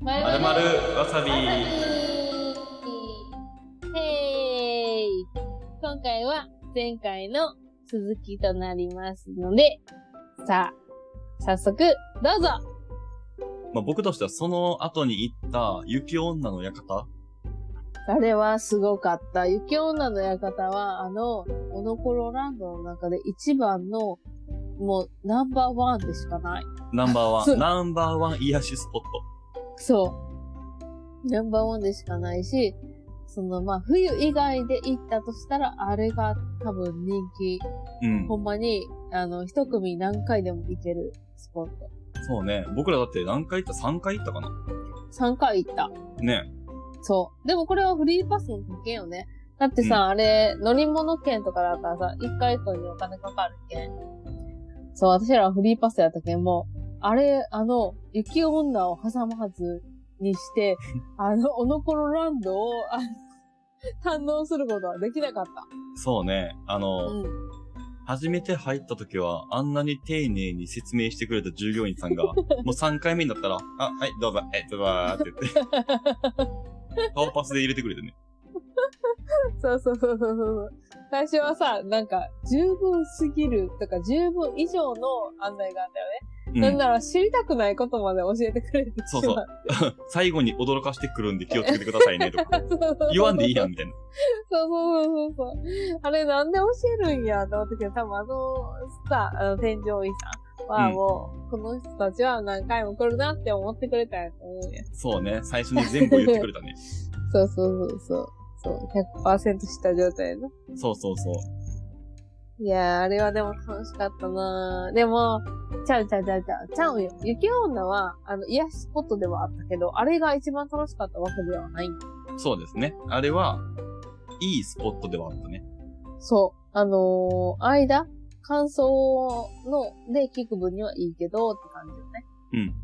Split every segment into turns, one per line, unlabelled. まるわさび。
へい。今回は前回の続きとなりますので、さあ、早速、どうぞ
まあ、僕としてはその後に行った雪女の館
あれはすごかった。雪女の館は、あの、モノコロランドの中で一番の、もう、ナンバーワンでしかない。
ナンバーワ
そ
ン。
う
ナンバーワン癒しスポット。
そう。ナンバーワンでしかないし、その、まあ、冬以外で行ったとしたら、あれが多分人気。
うん。
ほんまに、あの、一組何回でも行けるスポット。
そうね。僕らだって何回行った ?3 回行ったかな
3回行った。
ね。
そう。でもこれはフリーパスの保険よね。だってさ、
う
あれ、乗り物券とかだったらさ、一回一個にお金かかるけん。そう、私らはフリーパスやったけんも、あれ、あの、雪女を挟まずにして、あの、オノコロランドを、あの堪能することはできなかった。
そうね。あ
う
の、
ん。
初めて入った時は、あんなに丁寧に説明してくれた従業員さん が、もう3回目になったら、あ、はい、どうぞ、え、どうぞーって 言って。顔パスで入れてくれてね。
そうそうそうそうそう。最初はさ、なんか、十分すぎるとか、十分以上の案内があったよね。
う
なんなら知りたくないことまで教えてくれてしま
そうそう最後に驚かしてくるんで気をつけてくださいね、とか。言わんでいいやん、みたいな。
そうそうそうそうそう。あれなんで教えるんやと思ったけど、多分あの、さ、あの、添乗員さんは
うん
もう、この人たちは何回も来るなって思ってくれたんやと思うんや。
そうね。最初に全部言ってくれた ね。
そうそうそうそう。そう、100%知った状態の。
そうそうそう。
いやー、あれはでも楽しかったなーでも、ちゃうちゃうちゃうちゃう。ちゃうよ。雪女は、あの、癒しスポットではあったけど、あれが一番楽しかったわけではないんだ。
そうですね。あれは、いいスポットではあったね。
そう。あのー、間感想の、で聞く分にはいいけど、って感じよね。
うん。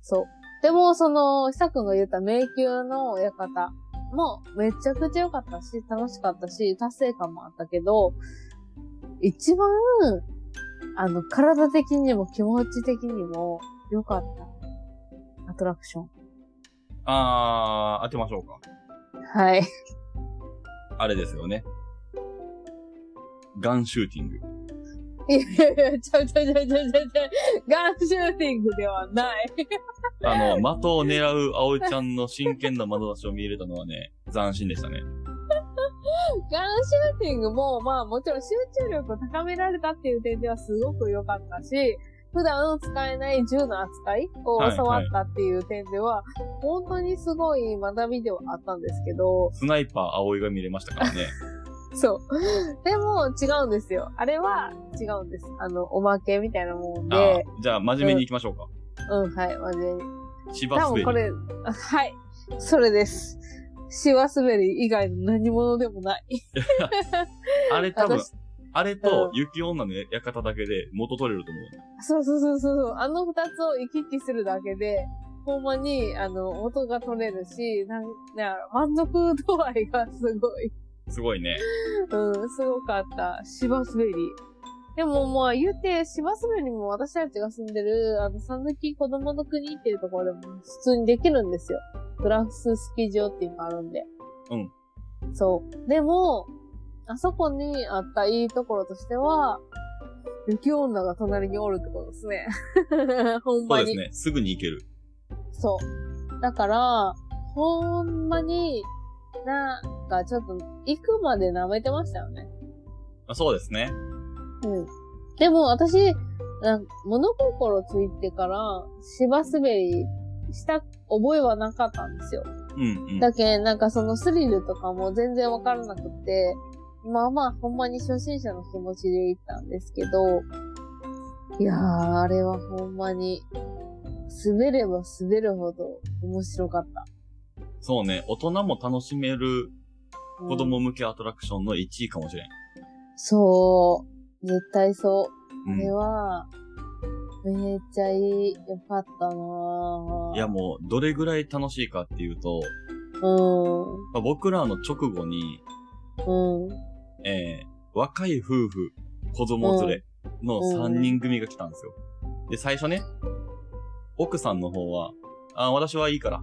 そう。でも、その、久くんが言った迷宮の館も、めちゃくちゃ良かったし、楽しかったし、達成感もあったけど、一番、あの、体的にも気持ち的にも良かった。アトラクション。
あー、当てましょうか。
はい。
あれですよね。ガンシューティング。
いやいやいや、ちゃうちゃうちゃうちゃうちゃうちゃう。ガンシューティングではない。
あの、的を狙う葵ちゃんの真剣な眼差しを見入れたのはね、斬新でしたね。
ガンシューティングも、まあもちろん集中力を高められたっていう点ではすごく良かったし、普段使えない銃の扱いを
はい
教わったっていう点では、本当にすごい学びではあったんですけど、
スナイパー葵が見れまし たからね。
そう。でも違うんですよ。あれは違うんです。あの、おまけみたいなもん
あ
で、
ーじゃあ、真面目に行きましょうか。
うん、はい、真面目に。
芝
多
滑
分
り
こ。れ、あはい、それです。シワ滑り以外の何者でもない。
あれ多分
私、
あれと雪女の館だけで元取れると思う。
そうそうそうそうそう。あの二つを行き来するだけで、ほんまに、あの、音が取れるし、なん、なんやろ満足度合いがすごい。
すごいね。
うん、すごかった。芝滑り。でもまあ言うて、芝滑りも私たちが住んでる、あの、さぬき子供の国っていうところでも普通にできるんですよ。グラススキー場っていうのがあるんで。
うん。
そう。でも、あそこにあったいいところとしては、雪女が隣におるってことですね。 ほん
そ
ま
う
に
です。ね。すぐに行ける。
そう。だから、ほんまに、なんかちょっと、行くまで舐めてましたよね。
あそうですね。
うん。でも私、なん物心ついてから、芝滑りした覚えはなかったんですよ。
うんうん。
だけんなんかそのスリルとかも全然わからなくて、まあまあ、ほんまに初心者の気持ちで行ったんですけど、いやー、あれはほんまに、滑れば滑るほど面白かった。
そうね。大人も楽しめる
うん
子供向けアトラクションの1位かもしれん。
そう。絶対そう。
う
あ
ん
れは、めっちゃいい。よかったなぁ。
いやもう、どれぐらい楽しいかっていうと、
うん。
まあ僕らの直後に、
うん。
えー、若い夫婦、子供連れの
うん
3人組が来たんですよ。で、最初ね、奥さんの方は、あ、私はいいから、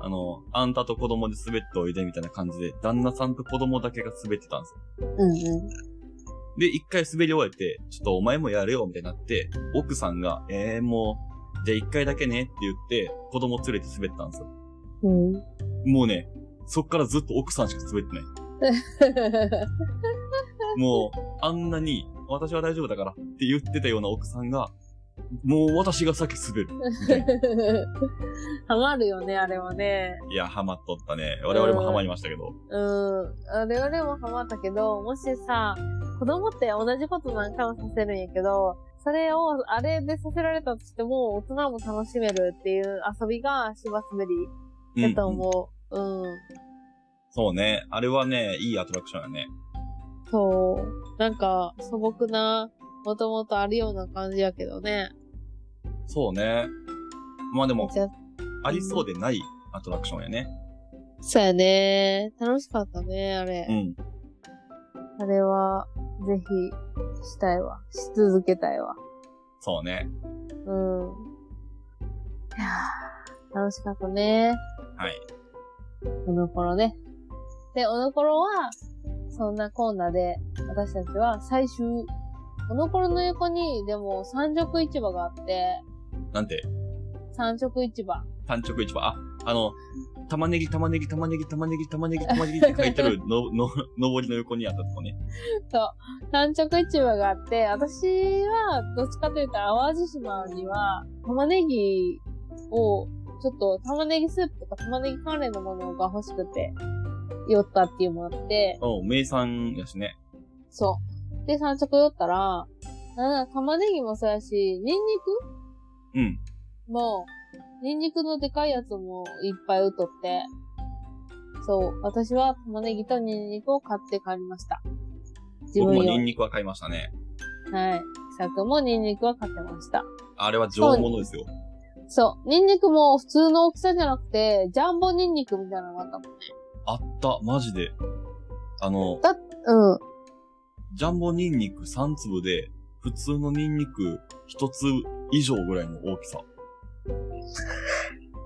あの、あんたと子供で滑っておいでみたいな感じで、旦那さんと子供だけが滑ってたんですよ。
うんうん。
で、一回滑り終えて、ちょっとお前もやれよ、みたいになって、奥さんが、ええー、もう、じゃあ一回だけねって言って、子供連れて滑ったんですよ。
うん。
もうね、そっからずっと奥さんしか滑ってない。もう、あんなに、私は大丈夫だからって言ってたような奥さんが、もう私が先滑る。みたいな
ハマるよね、あれはね。
いや、ハマっとったね。我々もハマりましたけど。
うん。あれはでもハマったけど、もしさ、子供って同じこと何回もさせるんやけど、それをあれでさせられたとしても、大人も楽しめるっていう遊びが芝滑
う
りやと
ん。
思う。うん。
そうね。あれはね、いいアトラクションやね。
そう。なんか、素朴な、もともとあるような感じやけどね。
そうね。まあでも、
じゃあ
ありそうでないアトラクションやね。
そうやね。楽しかったね、あれ。
うん。
あれは、ぜひ、したいわ。し続けたいわ。
そうね。
うん。いやー楽しかったね。
はい。
おのころね。で、おのころは、そんなコーナーで、私たちは最終、おのころの横に、でも、三色市場があって、
なんて、
三色市場。
単直市場。あ、あの、玉ねぎ、玉ねぎ、玉ねぎ、玉ねぎ、玉ねぎ、玉ねぎって書いてあるの、の、 のぼりの横にあったとこね。
三色市場があって、私は、どっちかというと、淡路島には、玉ねぎを、ちょっと玉ねぎスープとか玉ねぎ関連のものが欲しくて、寄ったっていうのもあって、
うん、名産やしね。
そう。で、三色寄ったら、なんだ、玉ねぎもそうやし、ニンニ
うん。
クも、ニンニクのでかいやつもいっぱい売っとって、そう、私は玉ねぎとニンニクを買って帰りました。自
僕
分
も
用
ニン
に。
ニクは買いましたね。
はい。さくんもニンニクは買ってました。
あれは上物ですよ。
そう、ニンニクも普通の大きさじゃなくて、ジャンボニンニクみたいなのがあったもん。
あった、マジで。あ
う
の、
ん。
ジャンボニンニク3粒で、普通のニンニク1つ以上ぐらいの大きさ。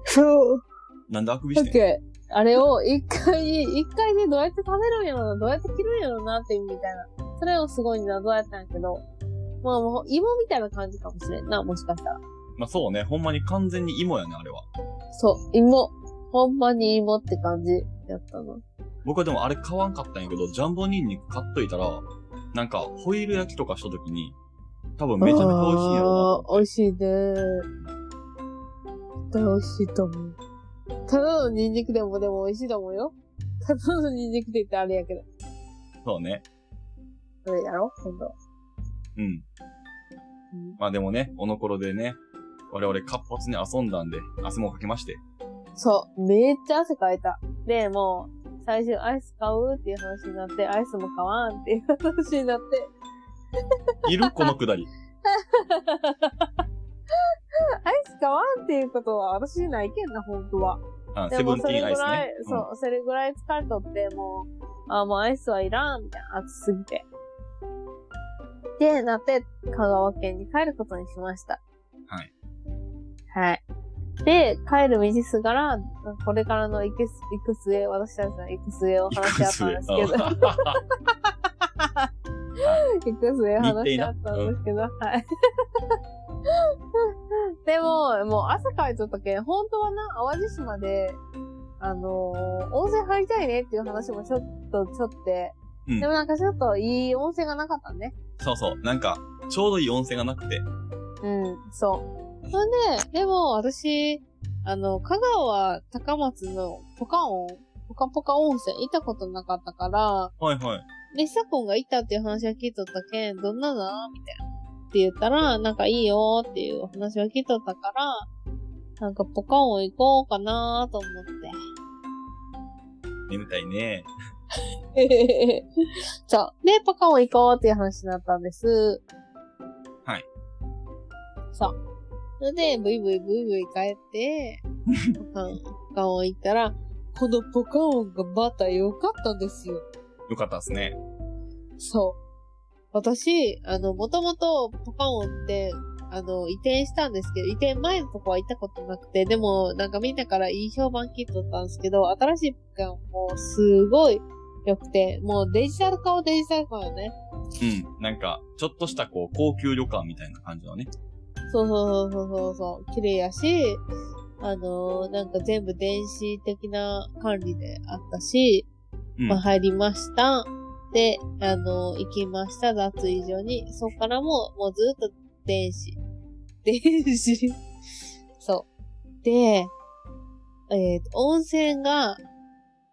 そう。
なんであくび
オ
し
ッ
てん
ケー。あれを一回、一回でどうやって食べるんやろな、どうやって切るんやろなっていうみたいな。それをすごい謎やったんやけど、まあもう芋みたいな感じかもしれんな、もしかしたら。
まあそうね、ほんまに完全に芋やね、あれは。
そう、芋。ほんまに芋って感じやったの。
僕はでもあれ買わんかったんやけど、ジャンボニンニク買っといたら、なんか、ホイル焼きとかした時に、多分めちゃめちゃ美味しいんやろ
あー美味しいね。絶対美味しいと思う。ただのニンニクでもでも美味しいと思うよ。ただのニンニクって言ってあれやけど。
うな。そうね。
それやろ今度。
うん。まあでもね、この頃でね、我々活発に遊んだんで、汗もかけまして。
そう、めっちゃ汗かいた。で、もう、最終アイス買うっていう話になって、アイスも買わんっていう話になって、
いるこのく だり。
アイス買わんっていうことは私ないけんな、本当は。
あ、
で
セブ
も
ン
そ
テ
れ
ィー
ぐ
ンアイス
らい、
ね。
そう、それぐらい疲れとって、もう、あ、もうアイスはいらん、みたいな、暑すぎて。で、なって、香川県に帰ることにしました。
はい。
はい。で、帰る道すがら、これからの行くす、行く末、私たちの行く末を
うん。
話し合ったんですけど、
行く
行くぜ、話し合ったんですけど、はい。 でも、もう朝帰っとったけん、本当はな、淡路島で、あのー温泉入りたいねっていう話もちょっと、ちょって、
うん
でもなんかちょっといい温泉がなかったね。
末そう そう。なんか、ちょうどいい温泉がなくて。
うん、そう。それで、でも私、あの、香川高松のポカオン、ポカポカ温泉行ったことなかったから、
はいはい。
で、サコンがいたっていう話は聞いとったけん、どんななみたいな。って言ったら、なんかいいよーっていうお話は聞いとったから、なんかポカオン行こうかなーと思
眠たいね。
って。そう。で、ポカオン行こうっていう話になったんです。
はい。
そう。それで、ブイブイブイブイ帰って、 ポカオン、ポカオン行ったら、このポカオンがまた良かったんですよ。
よかったですね。
そう。私、あの、もともとポカオンって、あの、移転したんですけど、移転前のとこは行ったことなくて、でも、なんかみんなからいい評判聞いとったんですけど、新しい物件はもうすごい良くて、もうデジタル化をデジタル化よね。
うん。なんか、ちょっとしたこう、高級旅館みたいな感じのね。
そうそうそうそうそうそう、綺麗やし、あのーなんか全部電子的な管理であったし、
うん。
まあ入りました。で、あのー行きました、脱衣所に。そこからも、もうずっと電子。 電子そう。で、えっ、と、温泉が、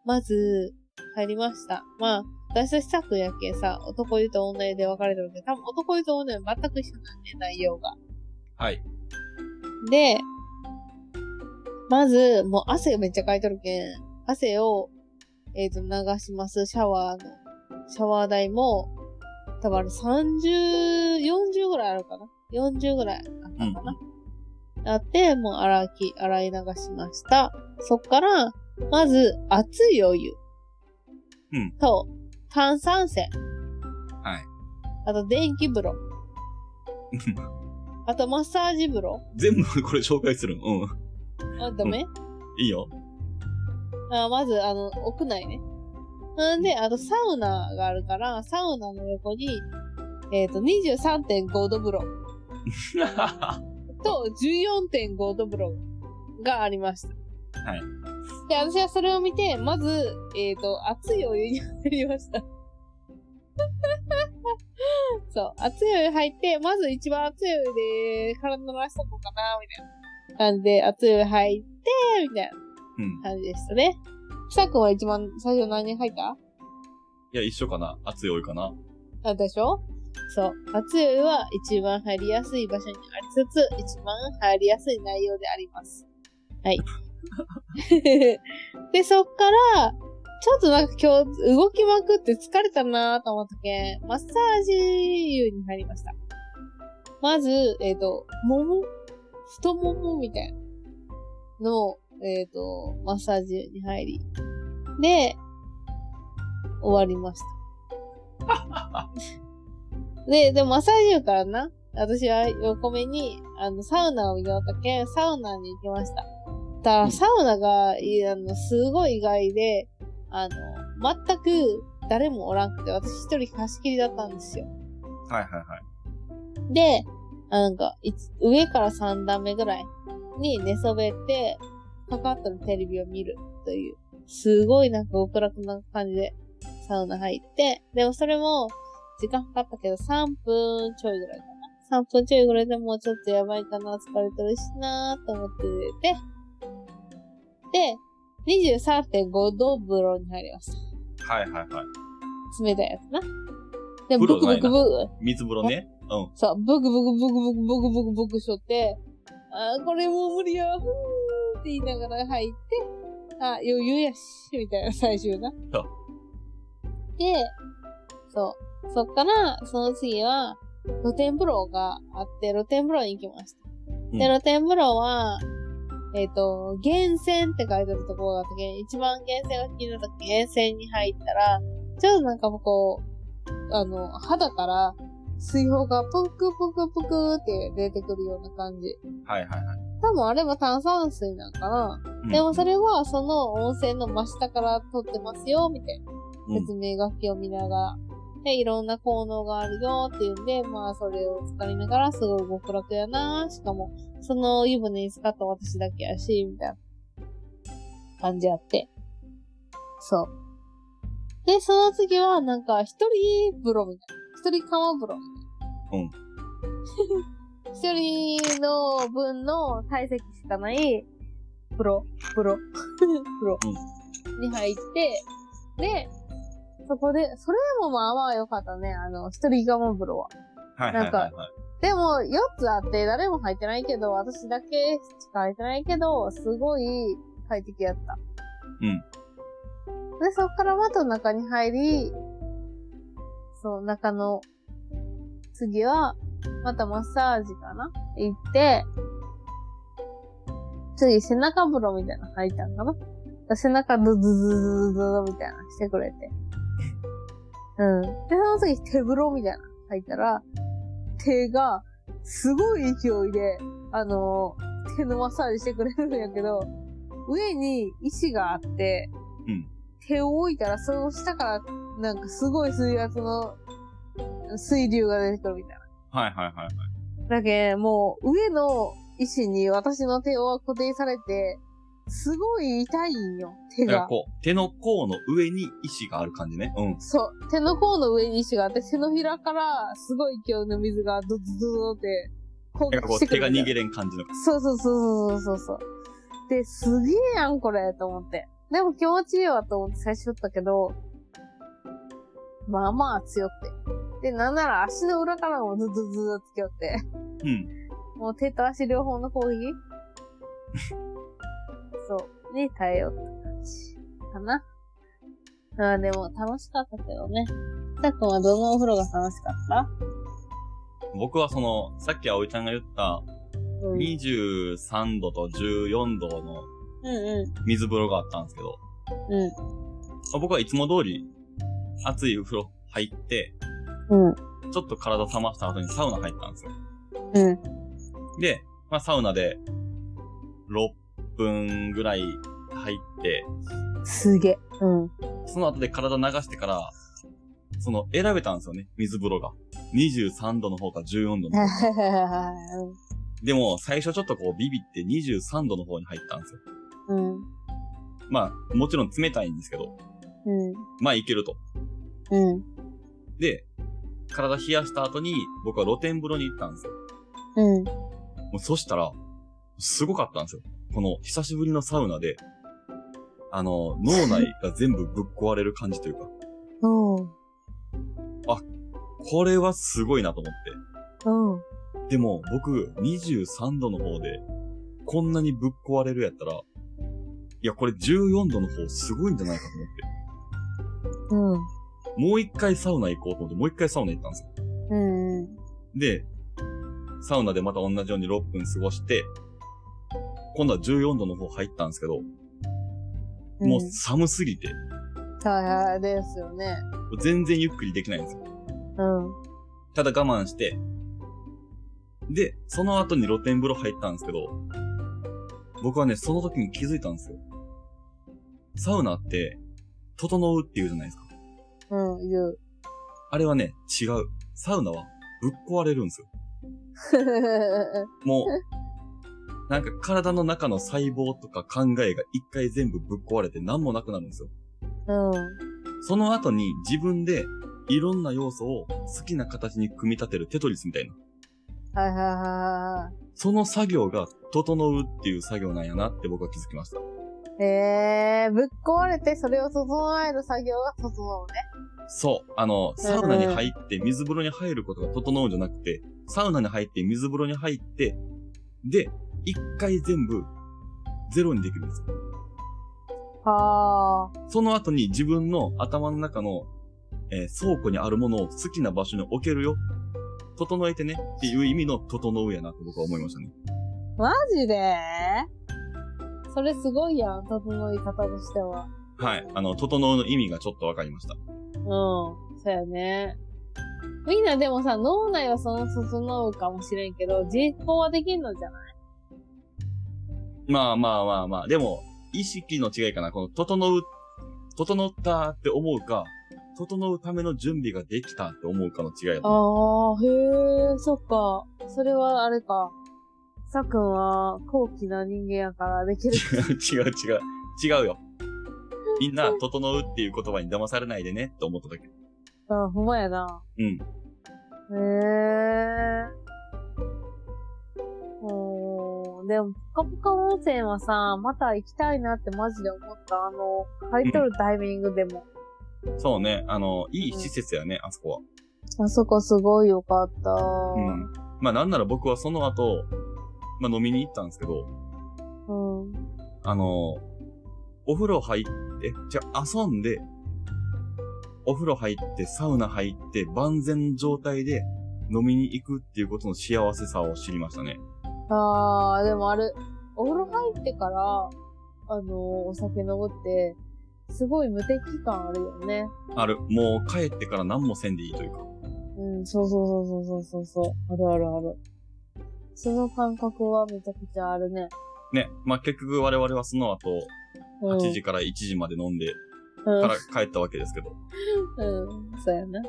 まず、入りました。まあ、私としたくやけさ、男湯と女湯で分かれてるんで、多分男湯と女湯全く一緒なんで、内容が。
はい。
で、まず、もう汗めっちゃかいとるけん、汗を、えっ、と、流します。シャワーの、シャワー台も、多分あれ30、40ぐらいあるかな ?40 ぐらいあったかな、あって、もう洗き、洗い流しました。そっから、まず、熱いお湯。
うん
と、炭酸泉。
はい。
あと、電気 風呂。あと、マッサージ風呂。
全部これ紹介するのうん。
あ、ダメ、
い いよ。
あまず、あの、屋内ね。うんで、あとサウナがあるから、サウナの横に、えっ、と、23.5度風呂
は
と14.5度風呂がありました。
はい。
で、私はそれを見て、まず、えっ、と、熱いお湯に入りました。 そう、熱いお湯入って、まず一番熱いお湯で体慣らしとこうかな、みたいな感じで、熱いお湯入って、みたいな。
うん。
感じでしたね。ちさくんは一番最初何に入った
いや、一緒かな。熱いお湯かな。
あ、でしょそう。熱いお湯は一番入りやすい場所にありつつ、一番入りやすい内容であります。はい。で、そっから、ちょっとなんか今日動きまくって疲れたなと思ったけん、マッサージ湯に入りました。まず、えっ、と、もも太ももみたいなのを、えっ、と、マッサージ湯に入り。で、終わりました。で、でもマッサージ湯からな、私は横目に、あの、サウナを見よったけん、サウナに行きました。た
うん
ら、サウナが、いあの、すごい意外で、あの、全く誰もおらんくて、私一人貸し切りだったんですよ。
はいはいはい。
で、あなんか、いつ上から3段目ぐらいに寝そべって、かかったのテレビを見るという、すごいなんか極楽な感じでサウナ入って、でもそれも時間かかったけど3分ちょいぐらいかな。3分ちょいぐらいでもうちょっとやばいかな、疲れてるしなーと思って寝て、で、23.5度風呂に入りました。
はいはいはい。
冷たいやつな。で、ブクブクブク、
水風呂ね。うん。
そう、ブクブクブクブクブクブクブクしとって、あーこれもう無理や、ふーって言いながら入って、あ、余裕やし、みたいな最終な。
そう
で、そう。そっから、その次は、露天風呂があって、露天風呂に行きました。
うん
で、露天風呂は、えっ、と、源泉って書いてあるところがあったけど、一番源泉が気になった時、源泉に入ったら、ちょっとなんかこう、あの、肌から水泡がぷくぷくぷくって出てくるような感じ。
はいはいはい。
多分あれは炭酸水なんかな。
うん
でもそれはその温泉の真下から取ってますよ、みたいな。
うん
説明書きを見ながら、で、いろんな効能があるよっていうんで、まあ、それを使いながら、すごい極楽やなしかも、その湯船に使った私だけやし、みたいな感じあって。そう。で、その次は、なんか、一人風呂みたいな。一人釜風呂みたいな。うん。 一人の分の体積しかない、風呂、風呂、風呂に入って、で、そこで、それもまあまあ良かったね。あの、一人釜風呂は。
はいはいはいはい。
でも、4つあって、誰も入ってないけど、私だけしか入ってないけど、すごい快適やった。
うん。
で、そこからまた中に入り、そう、中の、次は、またマッサージかな行って、次、背中風呂みたいなの入ったんかな背中ドズズズズズみたいなのしてくれて。うん。で、その次、手風呂みたいなの入ったら、手が、すごい勢いで、あの、手のマッサージしてくれるんやけど、上に石があって、
うん
手を置いたらその下から、なんかすごい水圧の水流が出てくるみたいな。
はいはいはい。
だけんもう上の石に私の手は固定されて、すごい痛いんよ、手
だから
が。
こう、手の甲の上に石がある感じね。うん。
そう、手の甲の上に石があって、手のひらからすごい勢いの水がドズドドって、こ
だからこう、手が
みたいな
逃げれん感じの。
そうそうそうそうそうそうそう。で、すげえやん、これ、と思って。でも気持ちいいわ、と思って最初打ったけど、まあまあ強くて。で、なんなら足の裏からもずずずずつきよって。
うん。
もう手と足両方の攻 撃そう。に耐えようって感じ。かな。あーでも楽しかったけどね。さっくんはどのお風呂が楽しかった
僕はその、さっき葵ちゃんが言った、
うん。うん
23度と14度の
う
水風呂があったんですけど、
ん。うん。
僕はいつも通り、熱いお風呂入って、
うん。
ちょっと体冷ました後にサウナ入ったんですよ。
うん。
で、まあサウナで、6分ぐらい入って、
すげえ。うん。
その後で体流してから、その、選べたんですよね、水風呂が。23度の方か14度の方か。でも、最初ちょっとこうビビって23度の方に入ったんですよ。
うん。
まあ、もちろん冷たいんですけど、
うん。
まあいけると。
うん。
で、体冷やした後に、僕は露天風呂に行ったんですよ。
うん。
もうそしたら、すごかったんですよ。この、久しぶりのサウナで、あの、脳内が全部ぶっ壊れる感じというか、
うん。
これはすごいなと思っ
う
て。
ん。
でも、僕、23度の方で、こんなにぶっ壊れるやったら、いや、これ14度の方すごいんじゃないかと思って。
うん。
もう一回サウナ行こうと思って、もう一回サウナ行ったんですよ。
うん。
で、サウナでまた同じように6分過ごして、今度は14度の方入ったんですけど、もう寒すぎて、
大変ですよね。
全然ゆっくりできないんですよ。
うん。
ただ我慢して、で、その後に露天風呂入ったんですけど、僕はね、その時に気づいたんですよ。サウナって、整うって言うじゃないですか。
うん。言う。
あれはね、違う。サウナは、ぶっ壊れるんですよ。もう、なんか体の中の細胞とか考えが一回全部ぶっ壊れて何もなくなるんですよ。
うん。
その後に自分でいろんな要素を好きな形に組み立てるテトリスみたいな。
はいはいは
その作業が整うっていう作業なんやなって僕は気づきました。
い。えー、ぶっ壊れてそれを整える作業が整うね。
そう。あの、サウナに入って水風呂に入ることが整うんじゃなくて、サウナに入って水風呂に入って、で、一回全部ゼロにできるんですよ。
はあ。
その後に自分の頭の中の、えー倉庫にあるものを好きな場所に置けるよ。整えてねっていう意味の整うやなって僕は思いましたね。
マジでそれすごいやん、整い方としては。
はい。あの、整うの意味がちょっとわかりました。
うん。そうやね。みんなでもさ、脳内はその整うかもしれんけど、実行はできんのじゃない
まあまあまあまあ。でも、意識の違いかな。この、整う、整ったって思うか、整うための準備ができたって思うかの違いだと思
あー、へえ、そっか。それはあれか。さくんは高貴な人間やからできる。
う。 違う違う。違うよ。みんな、整うっていう言葉に騙されないでねって思っただけ。
あ、ほんまやな。
うん。
へえ。おー、でも、ぽかぽか温泉はさ、また行きたいなってマジで思った。あの、入っとるタイミングでも。
そうね。あの、いい施設やね、あそこは。
あそこすごいよかった。
うん。まあなんなら僕はその後、まあ飲みに行ったんですけど、
うん。
あの、お風呂入って、じゃあ遊んで、お風呂入って、サウナ入って、万全の状態で飲みに行くっていうことの幸せさを知りましたね。
あー、でもあれ、お風呂入ってから、あのーお酒飲むって、すごい無敵感あるよね。
ある、もう帰ってから何もせんでいいというか。
うん、そうそうそうそうそうそうそう。あるあるある。その感覚はめちゃくちゃあるね。
ね、まあ、結局我々はその後、
うん。
8時から1時まで飲んで、
うん
から帰ったわけですけど。
うん、そうやな。 い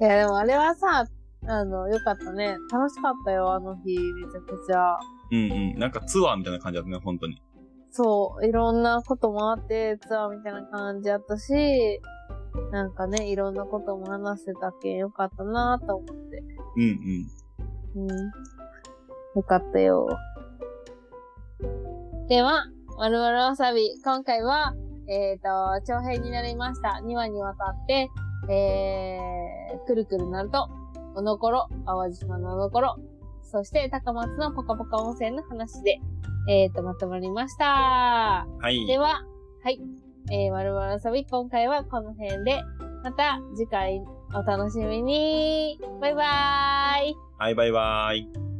や、でもあれはさ、あの、よかったね。楽しかったよ、あの日。めちゃくちゃ。
うんうん。なんかツアーみたいな感じだったね、本当に。
そう、いろんなこと回って、ツアーみたいな感じやったし、なんかね、いろんなことも話せたけんよかったなぁと思って。
うんう
う
ん。
ん。よかったよ。では、まるまるわさび。今回は、えっ、と、長編になりました。2話にわたって、えー、くるくるなると、おのころ、淡路島のおのころ、そして高松のポカポカ温泉の話で、えっ、と、まとまりました。
はい。
では、はい。えー、まるまる遊び、今回はこの辺で、また次回お楽しみにバイバーイ
はい、バイバーイ。